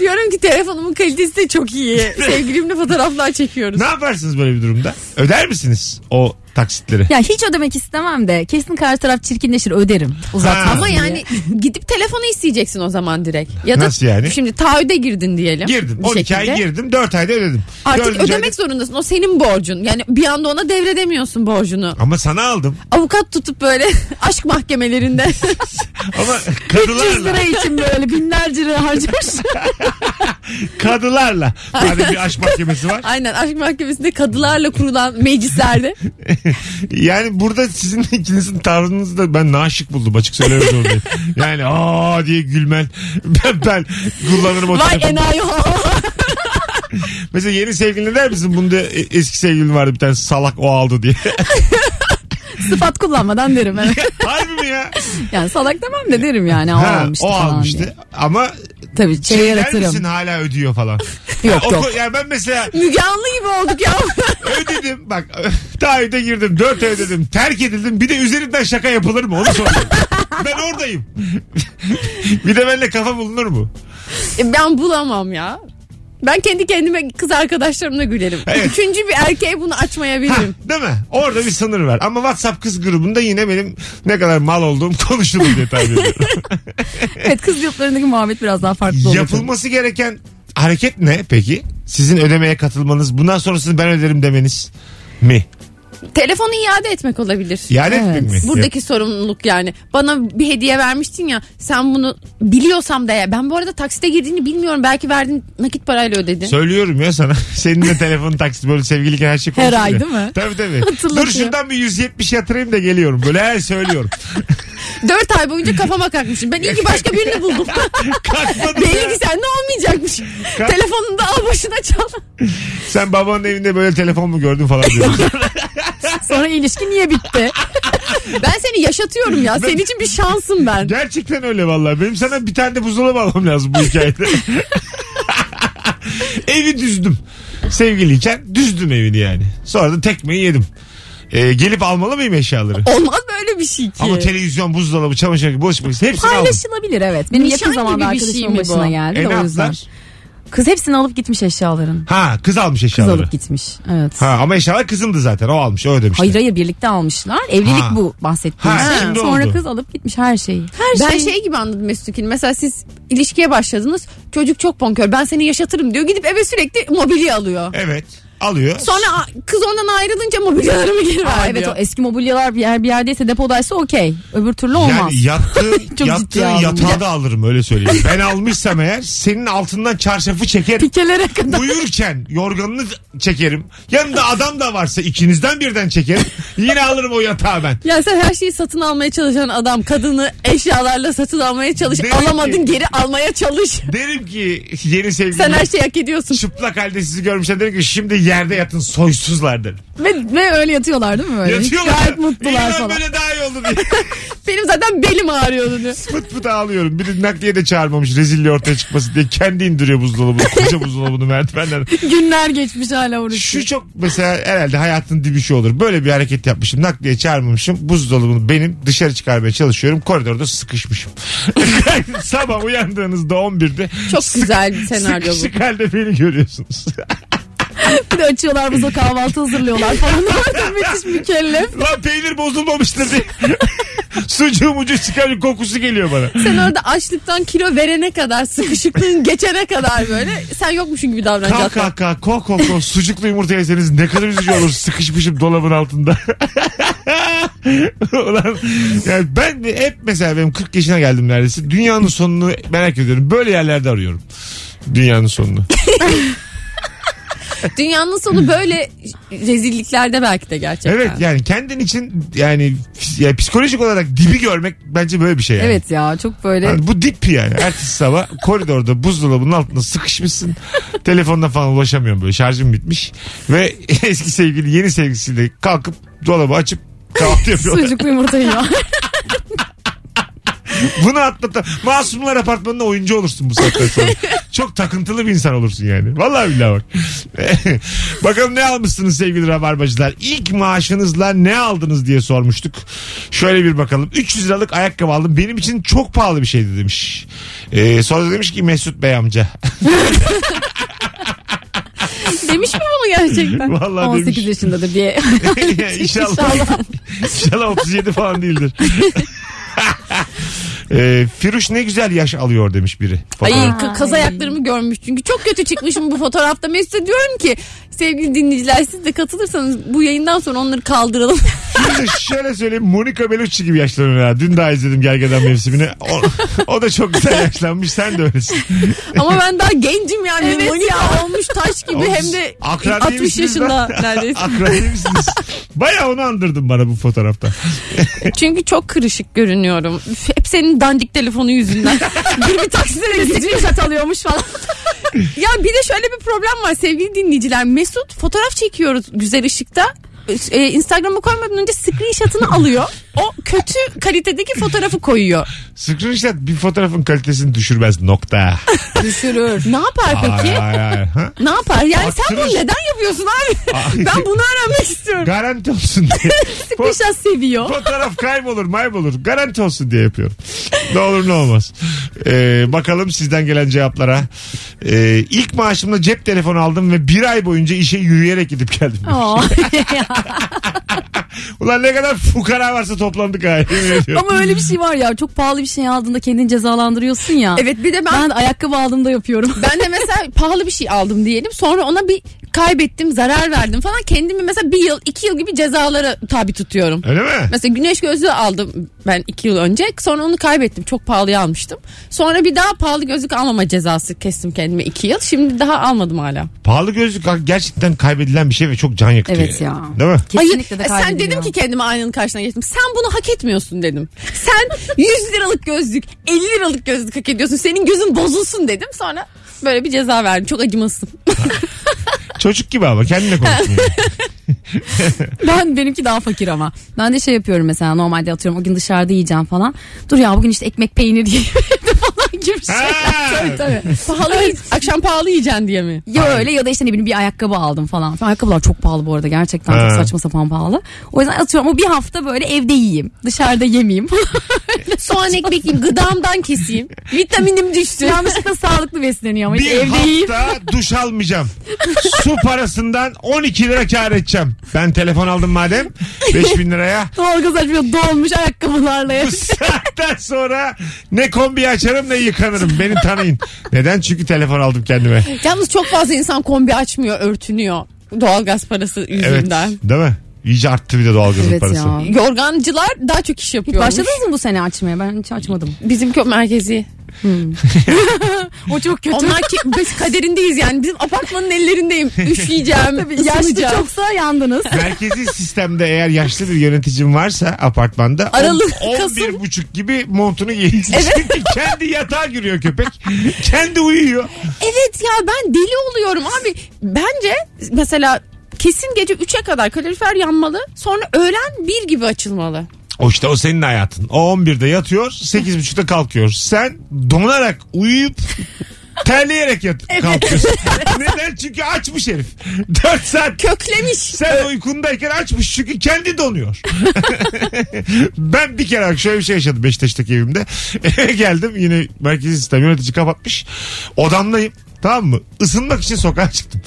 Diyorum ki telefonumun kalitesi de çok *laughs* iyi. Sevgilimle fotoğraflar çekiyoruz. Ne yaparsınız böyle bir durumda? Öder misiniz o taksitleri? Ya hiç ödemek istemem de kesin karşı taraf çirkinleşir öderim. Uzatmaz Ha. Ama diye. yani gidip telefonu isteyeceksin o zaman direkt. Ya da Nasıl yani? Şimdi taahhüde girdin diyelim. Girdim. bir 12 ay şekilde. girdim. 4 ayda ödedim. Artık Dördüncü ödemek ayda- zorundasın. O senin borcun. Yani bir anda ona devredemiyorsun borcunu. Ama sana aldım. Avukat tutup böyle *laughs* aşk mahkemelerinde *laughs* Ama 300 lira kadılarla. için böyle binlerce lira harcamış. *laughs* kadılarla. Madem bir *laughs* aşk mahkemesi var. *laughs* aynen aşk mahkemesinde kadılarla kurulan meclislerde Yani burada sizin *laughs* ikinizin tavrınızı da ben naşık buldum açık söylemek *laughs* zorundayım. Yani aa diye gülmen. *laughs* Ben, ben kullanırım o vay telefonu. enayi Mesela yeni sevgiline der misin? Bunda e- eski sevgilin vardı bir tane salak o aldı *laughs* diye. Sıfat kullanmadan derim. *laughs* Evet. Harbi mi ya? Yani salak demem de derim yani. O Ha, almıştı o falan almıştı. diye. Ama Tabii şey şey der yaratırım. misin *laughs* hala ödüyor *laughs* falan. Yok, O- yok. Yani ben mesela Müge Anlı gibi olduk *laughs* ya. ödedim bak *laughs* taahhüde girdim dört ay ödedim terk edildim bir de üzerimden şaka yapılır mı onu *laughs* soruyorum. ben oradayım. *laughs* bir de benimle kafa bulunur mu? E, ben bulamam ya. Ben kendi kendime kız arkadaşlarımla gülerim. Evet. Üçüncü bir erkeğe bunu Ha, açmayabilirim. değil mi? Orada bir sınır var. Ama WhatsApp kız grubunda yine benim ne kadar mal olduğum konuşulur diye tahmin ediyorum. Evet kız yurtlarındaki muhabbet biraz daha farklı olur. Yapılması gereken hareket ne peki? Sizin ödemeye katılmanız, bundan sonrasını ben öderim demeniz mi? Telefonu iade etmek olabilir. İade Evet. etmek mi? Buradaki sorumluluk yani. Bana bir hediye vermiştin ya. Sen bunu biliyorsam da ya. Ben bu arada taksite girdiğini bilmiyorum. Belki verdin nakit parayla ödedin. Söylüyorum ya sana. *laughs* Seninle telefon taksit böyle sevgiliyken her şey konuşuluyor. ay değil mi? Tabii tabii. *laughs* Hatırlatıyor. Dur şuradan bir 170 yatırayım da geliyorum. Böyle her *laughs* söylüyorum. Dört ay boyunca kafama kalkmışım. Ben iyi ki başka *laughs* birini buldum. Kalkmadım Belli ya. ki sen ne olmayacakmış. Kalk. Telefonunu da al başına çal. Sen babanın evinde böyle telefon mu gördün falan *laughs* diyorsun. Sonra ilişki *laughs* niye bitti? Ben seni yaşatıyorum ya. Senin için bir şansım ben. Gerçekten öyle vallahi. Benim sana bir tane de buzdolabı almam lazım bu hikayede. *laughs* Evi düzdüm. Sevgiliyken düzdüm evini yani. Sonra da tekmeyi yedim. Ee, gelip almalı mıyım eşyaları? Olmaz böyle bir şey ki. Ama televizyon, buzdolabı, çamaşır makinesi, bulaşık makinesi hepsini aldım. Paylaşılabilir evet. Benim Nişan yakın zamanda gibi bir şey arkadaşımın mi bu? başına geldi E, de ne o yüzden. yaptılar? Kız hepsini alıp gitmiş eşyaların. Ha kız almış Kız eşyaları. alıp gitmiş. Evet. Ha ama eşyalar kızındı zaten. O almış, o ödemiş. Hayır hayır birlikte almışlar. Evlilik Ha. bu bahsettiğim Ha, şey. şimdi Sonra oldu. kız alıp gitmiş her şeyi. Her Ben şey gibi anladım Mesut Ekin. Mesela siz ilişkiye başladınız. Çocuk çok bonkör. Ben seni yaşatırım diyor. Gidip eve sürekli mobilya alıyor. Evet. Alıyor. Sonra a- kız ondan ayrılınca mobilyalarımı geri ver evet o diyor. eski mobilyalar bir yer bir yerdeyse depodaysa okey. Öbür türlü olmaz. Yani yattığın, *laughs* Çok yattığın ciddiye aldım. yatağı da alırım öyle söyleyeyim. Ben almışsam eğer senin altından çarşafı çeker. Pikelere kadar. Uyurken yorganını çekerim. Yanında adam da varsa ikinizden birden çekerim. Yine alırım o yatağı ben. Ya sen her şeyi satın almaya çalışan adam. Kadını eşyalarla satın almaya çalış. Demek Alamadın ki- geri almaya çalış. Derim ki yeni sevgilim. Sen her şeyi hak *laughs* ediyorsun. Çıplak halde sizi görmüşler derim ki şimdi yerde yatın soysuzlar derim. Ve, ve öyle yatıyorlar değil mi böyle? Yatıyorlar. Gayet mutlular İnan falan. böyle daha iyi oldu diye. *laughs* Benim zaten belim ağrıyordu diyor. Pıt pıt ağlıyorum. Bir de nakliye de çağırmamış rezilliği ortaya çıkmasın diye. Kendi indiriyor buzdolabını. Koca buzdolabını merdivenden. *laughs* Günler geçmiş hala orası. Şu çok mesela herhalde hayatın dibi şu olur. Böyle bir hareket yapmışım. Nakliye çağırmamışım. Buzdolabını benim dışarı çıkarmaya çalışıyorum. Koridorda sıkışmışım. *laughs* Sabah uyandığınızda 11'de Çok güzel bir senaryo bu. sıkışık halde beni görüyorsunuz. *laughs* Bir de açıyorlar buzda kahvaltı hazırlıyorlar falan. *laughs* Orada müthiş mükellef. Lan peynir bozulmamıştır diye. *laughs* Sucuğum ucu çıkarıyor kokusu geliyor bana. Sen orada açlıktan kilo verene kadar, sıkışıklığın geçene kadar böyle sen yokmuşsun gibi Kalk davranacaksın. kalk kalk ko ko ko sucuklu yumurta yeseniz ne kadar üzücü olur sıkışmışım dolabın altında. *laughs* Ulan yani ben de hep mesela benim 40 yaşına geldim neredeyse dünyanın sonunu merak ediyorum. Böyle yerlerde arıyorum. Dünyanın sonunu. Dünyanın sonu böyle rezilliklerde belki de gerçekten. Evet yani kendin için yani ya psikolojik olarak dibi görmek bence böyle bir şey yani. Evet ya çok böyle Yani bu dip yani. Ertesi sabah koridorda buzdolabının altında sıkışmışsın. Telefonda falan ulaşamıyorum böyle. Şarjım bitmiş. Ve *laughs* eski sevgili yeni sevgilisiyle kalkıp dolabı açıp kahvaltı yapıyorlar. sucuklu *laughs* yumurta yiyor. Bunu atlatıp Masumlar Apartmanı'nda oyuncu olursun bu saatten sonra. Çok takıntılı bir insan olursun yani. Vallahi billahi bak. *laughs* Bakalım ne almışsınız sevgili rabarbacılar. İlk maaşınızla ne aldınız diye sormuştuk. Şöyle bir bakalım. 300 liralık ayakkabı aldım. Benim için çok pahalı bir şeydi demiş. Ee, sonra da demiş ki Mesut Bey amca. *laughs* Demiş mi bunu gerçekten? Vallahi 18 demiş. yaşındadır diye. inşallah. inşallah 37 falan değildir. *laughs* Ee, Firuş ne güzel yaş alıyor demiş biri. Ay Fotoğraf- ka- kaz ayaklarımı görmüş çünkü çok kötü çıkmışım bu fotoğrafta. Mesut'a diyorum ki sevgili dinleyiciler siz de katılırsanız bu yayından sonra *laughs* onları kaldıralım. Şimdi şöyle söyleyeyim Monica Bellucci gibi yaşlanıyor ha. Dün daha izledim Gergedan mevsimini. O, o da çok güzel yaşlanmış. Sen de öylesin. Ama ben daha gencim yani. Monika olmuş taş gibi Oğlum, hem de akran değil 60 misiniz yaşında lan? neredeyse. Akran değil misiniz? Baya onu andırdın bana bu fotoğrafta. Çünkü çok kırışık görünüyorum. Üf, Hep senin dandik telefonu *laughs* yüzünden. bir bir takside gidince alıyormuş falan. ya bir de şöyle bir problem var sevgili dinleyiciler. Mesut fotoğraf çekiyoruz güzel ışıkta. Ee, Instagram'a koymadan önce screenshot'ını alıyor. O kötü kalitedeki fotoğrafı koyuyor. Screenshot bir fotoğrafın kalitesini düşürmez nokta. *laughs* Düşürür. Ne yapar peki? Ay, ay, ay. Ha? Ne yapar? Yani sen bunu Arttırır. neden yapıyorsun abi? Ay. ben bunu öğrenmek istiyorum. Garanti olsun diye. Fo- Kuşa seviyor. Fotoğraf kaybolur maybolur. Garanti olsun diye yapıyorum. Ne olur ne olmaz. Ee, bakalım sizden gelen cevaplara. Ee, ilk maaşımla cep telefonu aldım ve bir ay boyunca işe yürüyerek gidip geldim. *laughs* Aa, ya. Ulan ne kadar fukara varsa toplandık ha. *laughs* yemin ediyorum. Ama öyle bir şey var ya çok pahalı bir şey aldığında kendini cezalandırıyorsun ya. Evet bir de ben Ben ayakkabı aldığımda yapıyorum. Ben de mesela pahalı bir şey aldım diyelim. Sonra ona bir kaybettim, zarar verdim falan. Kendimi mesela bir yıl, iki yıl gibi cezalara tabi tutuyorum. Öyle mi? Mesela güneş gözlüğü aldım ben iki yıl önce. Sonra onu kaybettim. Çok pahalıya almıştım. Sonra bir daha pahalı gözlük almama cezası kestim kendime iki yıl. Şimdi daha almadım hala. Pahalı gözlük gerçekten kaybedilen bir şey ve çok can yakıtıyor. Evet ya. Değil mi? Kesinlikle de Hayır, e, sen kaybediyor. dedim ki kendime aynanın karşına geçtim. Sen bunu hak etmiyorsun dedim. Sen *laughs* 100 liralık gözlük, 50 liralık gözlük hak ediyorsun. Senin gözün bozulsun dedim. Sonra böyle bir ceza verdim. Çok acımasız. Çocuk gibi ama kendine konuşuyor. Ben benimki daha fakir ama. Ben de şey yapıyorum mesela normalde atıyorum o gün dışarıda yiyeceğim falan. Dur ya bugün işte ekmek peynir *laughs* yiyeyim falan gibi şey. Ha! *laughs* tabii tabii. Pahalı Evet. akşam pahalı yiyeceksin diye mi? Ya öyle ya da işte ne bileyim bir ayakkabı aldım falan. filan. Ayakkabılar çok pahalı bu arada gerçekten Ha. çok saçma sapan pahalı. O yüzden atıyorum o bir hafta böyle evde yiyeyim. Dışarıda yemeyeyim. Soğan ekmek yiyeyim, gıdamdan keseyim. *laughs* Vitaminim *laughs* düşsün. Yanlışlıkla sağlıklı besleniyor ama Bir işte evde hafta yiyeyim. duş almayacağım. Su parasından 12 lira kar edeceğim. Ben telefon aldım madem. 5000 *laughs* liraya. Doğalgaz açmıyor dolmuş ayakkabılarla. Bu saatten sonra ne kombi açarım ne yıkanırım. Beni tanıyın. Neden? Çünkü telefon aldım kendime. *laughs* Yalnız çok fazla insan kombi açmıyor, örtünüyor. Doğalgaz parası Evet. yüzünden. Değil mi? İyice arttı bir de doğalgazın Evet parası. ya. Yorgancılar daha çok iş yapıyor. Başladınız mı bu sene açmaya? Ben hiç açmadım. Bizim köy merkezi. O çok kötü. Onlar *laughs* ki biz kaderindeyiz yani. Bizim apartmanın ellerindeyim. Üşüyeceğim, Yaşlı ısınacağım. *laughs* çoksa yandınız. Merkezi sistemde eğer yaşlı bir yöneticim varsa apartmanda Aralık, on- Kasım. 11 buçuk gibi montunu giyin. Çünkü kendi yatağa giriyor köpek. kendi uyuyor. Evet ya ben deli oluyorum abi. Bence mesela kesin gece 3'e kadar kalorifer yanmalı. Sonra öğlen 1 gibi açılmalı. O işte o senin hayatın. O 11'de yatıyor, 8.30'da kalkıyor. Sen donarak uyuyup terleyerek yat kalkıyorsun. Neden? Çünkü açmış herif. 4 saat Köklemiş. sen uykundayken açmış çünkü kendi donuyor. *laughs* ben bir kere şöyle bir şey yaşadım Beşiktaş'taki evimde. *laughs* Eve geldim yine merkezi sistem yönetici kapatmış. Odamdayım. Tamam mı? Isınmak için sokağa *laughs* çıktım.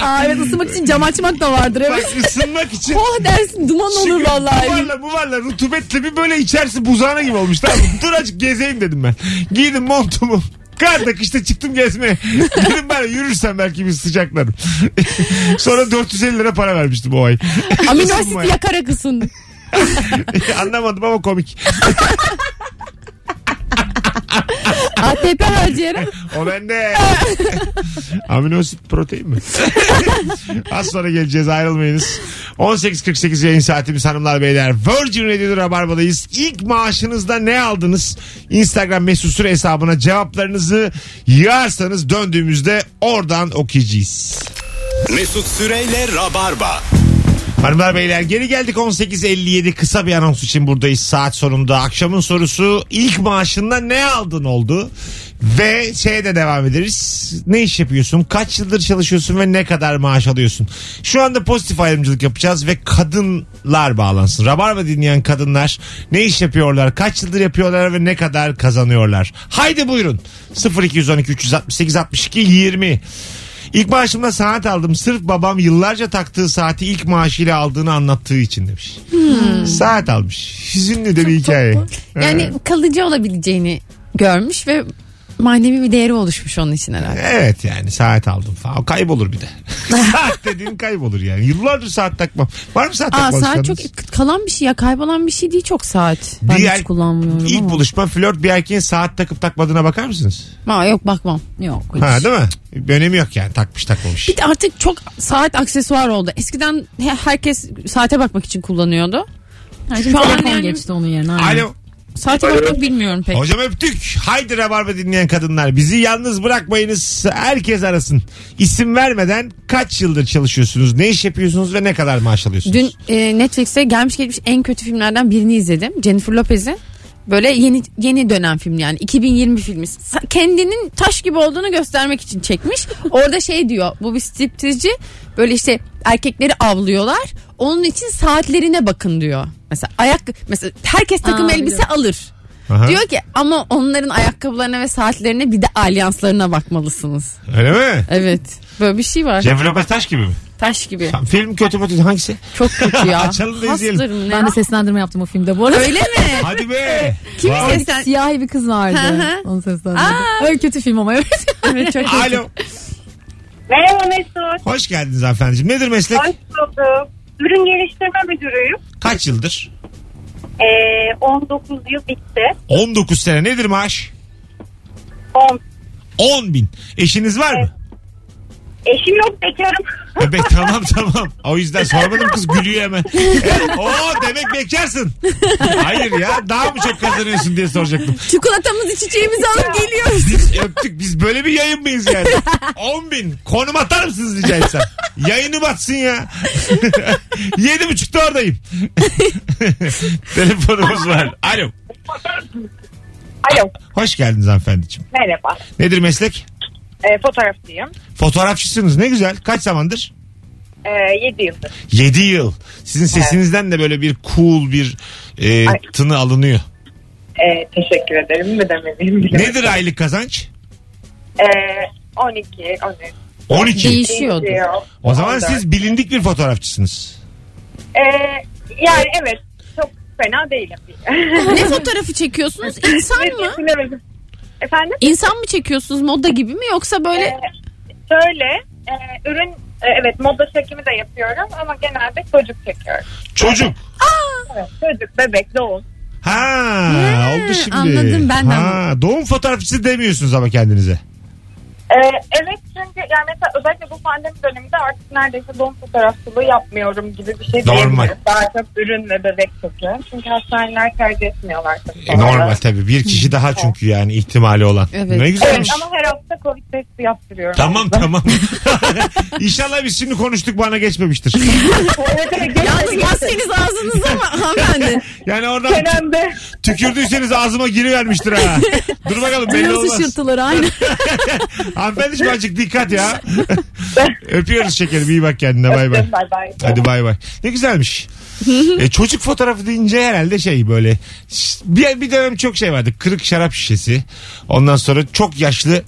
Aa, evet ısınmak için cam açmak da vardır evet. Bak ısınmak için Oh dersin duman olur Çünkü vallahi. Buvarla buvarla rutubetli bir böyle içerisi buzağına gibi olmuş. Tamam mı? *laughs* Dur azıcık gezeyim dedim ben. Giydim montumu. Karda kışta çıktım gezmeye. *laughs* Dedim ben yürürsem belki bir sıcaklarım. *laughs* Sonra 450 lira para vermiştim o ay. Amino Isınmaya. asit yakarak ısın. *laughs* Anlamadım ama komik. ATP harcayarak. O bende. Amino asit protein mi? Az sonra geleceğiz ayrılmayınız. 18.48 yayın saatimiz hanımlar beyler. Virgin Radio'da Rabarba'dayız. İlk maaşınızda ne aldınız? Instagram mesut süre hesabına cevaplarınızı yığarsanız döndüğümüzde oradan okuyacağız. Mesut Süreyle Rabarba. Hanımlar beyler geri geldik 18.57 kısa bir anons için buradayız saat sonunda. Akşamın sorusu ilk maaşında ne aldın oldu? Ve şeye de devam ederiz. Ne iş yapıyorsun? Kaç yıldır çalışıyorsun ve ne kadar maaş alıyorsun? Şu anda pozitif ayrımcılık yapacağız ve kadınlar bağlansın. Rabarba dinleyen kadınlar ne iş yapıyorlar? Kaç yıldır yapıyorlar ve ne kadar kazanıyorlar? Haydi buyurun. 0212 368 62 20 İlk maaşımda saat aldım. Sırf babam yıllarca taktığı saati ilk maaşıyla aldığını anlattığı için demiş. Saat almış. Hüzünlü de bir hikaye. Yani kalıcı olabileceğini görmüş ve manevi bir değeri oluşmuş onun için herhalde. Evet yani saat aldım falan. O Kaybolur bir de. saat dediğin kaybolur yani. Yıllardır saat takmam. Var mı saat Aa takma saat çok alışkanlığınız? kalan bir şey ya kaybolan bir şey değil çok saat. Ben Bir hiç er- kullanmıyorum İlk ama. buluşma flört bir erkeğin saat takıp takmadığına bakar mısınız? Aa, yok bakmam. Yok. Ha değil mi? Bir önemi yok yani takmış takmamış. Bir de artık çok saat aksesuar oldu. Eskiden he- herkes saate bakmak için kullanıyordu. Şu Şu an telefon yani- geçti onun yerine. aynen. Alo. Saate bakmak bilmiyorum pek. Hocam öptük. Haydi Rabarba dinleyen kadınlar. Bizi yalnız bırakmayınız. Herkes arasın. İsim vermeden kaç yıldır çalışıyorsunuz? Ne iş yapıyorsunuz ve ne kadar maaş alıyorsunuz? Dün e, Netflix'e gelmiş geçmiş en kötü filmlerden birini izledim. Jennifer Lopez'in böyle yeni yeni dönem film yani 2020 filmi. Sa- Kendinin taş gibi olduğunu göstermek için çekmiş. Orada şey diyor bu bir striptizci böyle işte erkekleri avlıyorlar. Onun için saatlerine bakın diyor. Mesela ayak mesela herkes takım Aa, elbise biliyorum. alır. Aha. Diyor ki ama onların ayakkabılarına ve saatlerine bir de alyanslarına bakmalısınız. Öyle mi? Evet. Böyle bir şey var. Jennifer Lopez taş gibi mi? Taş gibi. Tam Film kötü mü kötü hangisi? Çok kötü *laughs* ya. Açalım da izleyelim. Hastırım ne? Ben de seslendirme yaptım o filmde bu arada. Öyle mi? Hadi be. Kimi Vay. *laughs* seslen? Siyahi bir kız vardı. Hı hı. Onu seslendirdim. Öyle kötü film ama evet. *laughs* Evet, çok kötü. Alo. Merhaba Mesut. Hoş geldiniz hanımefendiciğim. Nedir meslek? Hoş bulduk. Ürün geliştirme müdürüyüm. Kaç yıldır? Ee, 19 yıl bitti. 19 sene. Nedir maaş? 10. 10 bin. Eşiniz var mı? Eşim yok bekarım. Bebek *laughs* tamam tamam. O yüzden sormadım kız gülüyor hemen. E, Oo demek bekarsın. Hayır ya daha mı çok kazanıyorsun diye soracaktım. Çikolatamızı çiçeğimizi alıp geliyoruz. Biz öptük biz böyle bir yayın mıyız yani? 10 bin konum atar mısınız rica etsem? Yayını batsın ya. *laughs* Yedi buçukta *laughs* oradayım. Telefonumuz var. Alo. Alo Hoş geldiniz hanımefendiciğim. merhaba. Nedir meslek? Ee, fotoğrafçıyım. Fotoğrafçısınız ne güzel. Kaç zamandır? Ee, 7 yıldır. 7 yıl. Sizin sesinizden de böyle bir cool bir e, Ay. tını alınıyor. Ee, teşekkür ederim. Ne demeliyim bilemedim. Nedir aylık kazanç? Ee, 12, 13. 12. Değişiyordu. değişiyor. O zaman 14. siz bilindik bir fotoğrafçısınız. Ee, yani evet çok fena değilim. *laughs* ne fotoğrafı çekiyorsunuz? İnsan *laughs* mı? Bilemedim. Efendim? İnsan mı çekiyorsunuz moda gibi mi yoksa böyle Ee, şöyle e, ürün e, evet moda çekimi de yapıyorum ama genelde çocuk çekiyorum. Çocuk. Evet, çocuk, bebek, doğum. Ha, Ha, oldu şimdi. anladım, ben de ha, doğum fotoğrafçısı demiyorsunuz ama kendinize. Ee, evet çünkü yani mesela özellikle bu pandemi döneminde artık neredeyse doğum fotoğrafçılığı yapmıyorum gibi bir şey Normal. diyebiliriz. Daha çok ürün ve bebek çekiyorum. Çünkü hastaneler tercih etmiyorlar. tabii E, sonra. normal tabii. Bir kişi daha çünkü yani ihtimali olan. Evet. Ne Evet güzelmiş. ama her hafta covid testi yaptırıyorum. Tamam tamam. *laughs* İnşallah biz şimdi konuştuk bana geçmemiştir. *laughs* evet evet geçti geçti. yazmazsınız ağzınız *laughs* ama hanımefendi. Yani oradan Dönemde tükürdüyseniz ağzıma girivermiştir ha. Dur bakalım belli Nasıl olmaz. şırtılar aynı. Hanımefendiciğim azıcık dikkat ya. Öpüyoruz şekerim iyi bak kendine bay bay. Bay bay. Hadi bay bay. Ne *laughs* güzelmiş. e, çocuk fotoğrafı deyince herhalde şey böyle ş- bir, bir dönem çok şey vardı. Kırık şarap şişesi. Ondan sonra çok yaşlı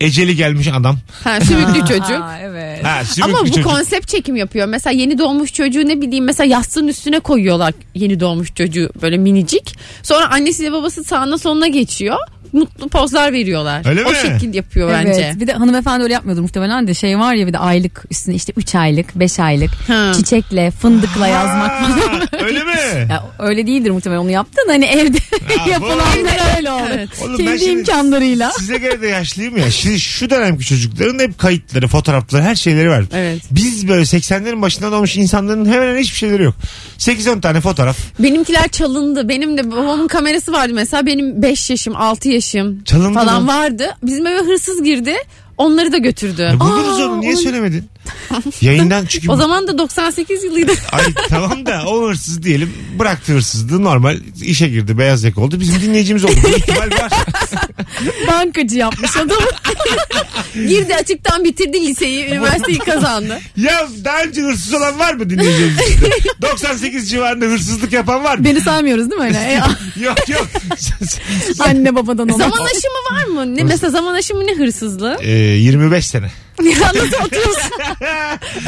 eceli gelmiş adam. Ha, *laughs* sümüklü çocuk. Aa, evet. Ha, sümüklü Ama bu çocuk. konsept çekim yapıyor. Mesela yeni doğmuş çocuğu ne bileyim mesela yastığın üstüne koyuyorlar yeni doğmuş çocuğu böyle minicik. Sonra annesiyle babası sağına soluna geçiyor. Mutlu pozlar veriyorlar. Öyle o mi? şekil yapıyor bence. Evet. Bir de hanımefendi öyle yapmıyordur muhtemelen de şey var ya bir de aylık üstüne işte 3 aylık 5 aylık Ha. çiçekle fındıkla yazmak falan. *laughs* Ha, Öyle mi? Ya öyle değildir muhtemelen onu yaptın *laughs* hani evde Ha, bu- yapılanlar öyle olur. Evet. Oğlum ben Kendi şimdi- *laughs* imkanlarıyla. Size göre de yaşlıyım ya. Şimdi şu dönemki çocukların hep kayıtları, fotoğrafları, her şeyleri var. Evet. Biz böyle 80'lerin başında doğmuş insanların hemen hemen hiçbir şeyleri yok. 8-10 tane fotoğraf. Benimkiler çalındı. Benim de babamın kamerası vardı mesela. Benim 5 yaşım, 6 yaşım Çalındı falan mı? vardı. Bizim eve hırsız girdi. Onları da götürdü. Ya E, buldunuz onu niye söylemedin? *laughs* Yayından çünkü O zaman da *laughs* 98 yılıydı. Ay tamam da o hırsız diyelim bıraktı hırsızlığı normal işe girdi beyaz yaka oldu bizim dinleyicimiz oldu. Bu ihtimal var. Bankacı *laughs* yapmış adam. Girdi açıktan bitirdi liseyi, üniversiteyi kazandı. Ya daha önce hırsız olan var mı dinleyicimizde? 98 civarında hırsızlık yapan var mı? Beni saymıyoruz değil mi öyle? E, yok yok. *laughs* anne babadan olan. *laughs* Zaman aşımı var mı? Ne mesela zaman aşımı ne *laughs* hırsızlığı? Ee, 25 sene. Yalnız oturuyorsun.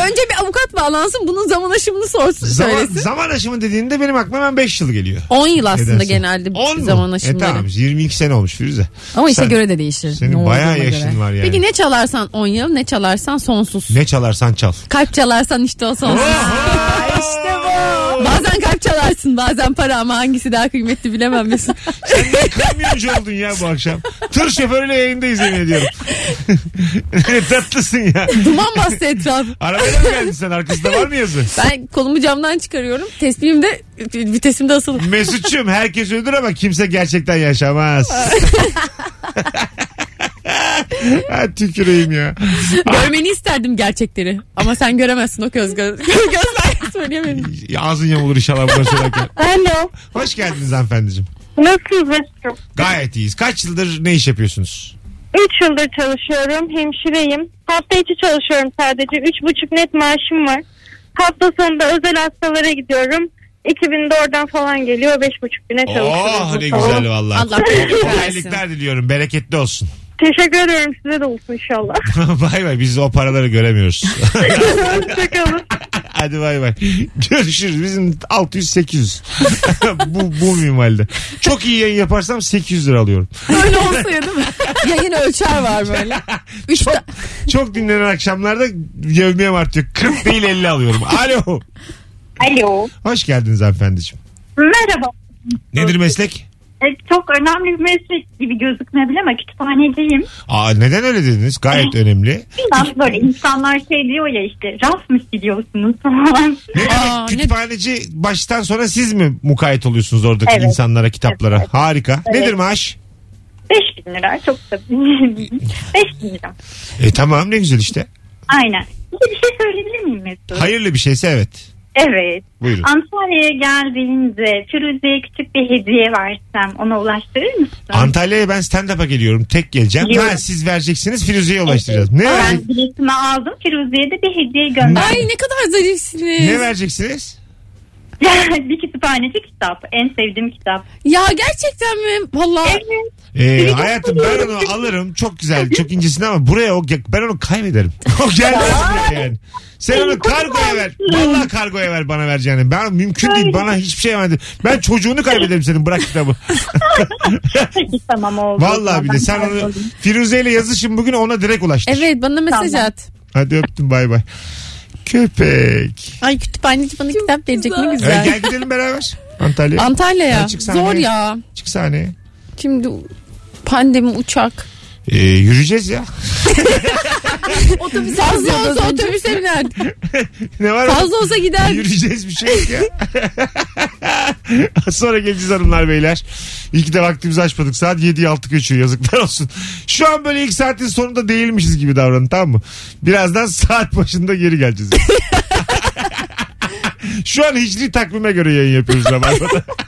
Önce bir avukat bağlansın bunun zaman aşımını sorsun Zaman, söylesin. zaman aşımı dediğinde benim aklıma hemen 5 yıl geliyor. 10 yıl aslında Edersin. genelde On mu? zaman E aşımları. tamam 22 sene olmuş Firuze. Ama işe Sen- göre de değişir. Ne Senin olduğuna bayağı göre. yaşın var yani. Peki ne çalarsan 10 yıl, ne Oh! çalarsan sonsuz. Ne çalarsan çal. Kalp çalarsan işte o sonsuz. işte bu. Bazen kalp çalarsın bazen para ama hangisi daha kıymetli bilemem *laughs* Mesut. Sen kamyoncu oldun ya bu akşam. Tır şoförüyle yayındayız yemin ediyorum. *laughs* ne tatlısın ya. Duman bastı etrafı. Arabadan mı geldin sen arkasında var mı yazı? Ben kolumu camdan çıkarıyorum. Tespihim de vitesim de asılı. Mesut'cum herkes öldür ama kimse gerçekten yaşamaz. *laughs* ha, tüküreyim ya. Görmeni isterdim gerçekleri. Ama sen göremezsin o göz *laughs* göz. Gözler söyleyemedim. Ağzın yamulur inşallah bunu söylerken. Alo. Hoş geldiniz hanımefendiciğim. Nasılsınız Mesut'cum? Gayet iyiyiz. Kaç yıldır ne iş yapıyorsunuz? 3 yıldır çalışıyorum. Hemşireyim. Hafta içi çalışıyorum sadece. 3,5 net maaşım var. Hafta sonunda özel hastalara gidiyorum. 2000 de oradan falan geliyor. 5,5 güne çalışıyorum. Oh ne güzel valla. Allah kolaylık versin. Kolaylıklar diliyorum. Bereketli olsun. *laughs* Teşekkür ediyorum. Size de olsun inşallah. bay bay biz o paraları göremiyoruz. Hoşçakalın. Hadi bay *laughs* bay. Görüşürüz. Bizim 600-800. *laughs* bu, bu minvalde. Çok iyi yayın yaparsam 800 lira alıyorum. Öyle olsa ya değil mi? *laughs* Yayın ölçer var böyle. *laughs* Üç ta- Çok dinlenen akşamlarda yevmiyem artıyor. 40 değil 50 alıyorum. Alo. Alo. Hoş geldiniz hanımefendiciğim. Merhaba. Nedir meslek? E, çok önemli bir meslek gibi gözükmeyebilir ama kütüphaneciyim. Aa, neden öyle dediniz? Gayet önemli. Bilmem böyle insanlar şey diyor ya işte raf mı siliyorsunuz *laughs* falan. Ne demek? Aa, ne- Kütüphaneci baştan sonra siz mi mukayyet oluyorsunuz oradaki Evet. insanlara, kitaplara? Harika. Nedir maaş? 5000 lira çok da 5000 lira. E tamam ne güzel işte. Aynen. Bir de bir şey söyleyebilir miyim Mesut? Hayırlı bir şeyse evet. Evet. Buyurun. Antalya'ya geldiğinde Firuze'ye küçük bir hediye versem ona ulaştırır mısın? Antalya'ya ben stand-up'a geliyorum. Tek geleceğim. Geliyorum. Ha, siz vereceksiniz Firuze'ye ulaştıracağız. Ne, ben biletimi aldım. Firuze'ye de bir hediye gönderdim. Ay ne kadar zarifsiniz. ne vereceksiniz? *laughs* bir kütüphaneci kitap. En *laughs* sevdiğim kitap. Ya gerçekten mi? Vallahi Evet. Ee, hayatım ben onu alırım. Çok güzel, çok incesin ama buraya o ben onu kaybederim. *laughs* O gelmez buraya yani. Sen onu kargoya ver. Vallahi kargoya ver bana vereceğini. Ben mümkün değil. Bana hiçbir şey vermedin. Ben çocuğunu kaybederim senin. Bırak *laughs* kitabı. Peki tamam oldu. Vallahi bile sen onu Firuze ile yazışın bugün ona direkt ulaştır. Evet bana mesaj Tamam. at. Hadi öptüm bay bay. Köpek. Ay kütüphaneci bana kitap verecek ne Ee, güzel. gel gidelim beraber. Antalya'ya. Antalya'ya. Ya çık sahneye. Zor ya. Çık sahneye. Şimdi pandemi uçak. Ee, yürüyeceğiz ya. *laughs* Fazla olsa otobüse binerdik. Ne var? Fazla *laughs* olsa giderdik. Yürüyeceğiz bir şey yok ya. *laughs* Az Sonra geleceğiz hanımlar beyler. İyi ki de vaktimizi açmadık. Saat 7'yi 6 geçiyor yazıklar olsun. Şu an böyle ilk saatin sonunda değilmişiz gibi davranın tamam mı? Birazdan saat başında geri geleceğiz. Şu an hicri takvime göre yayın yapıyoruz Rabarba'da.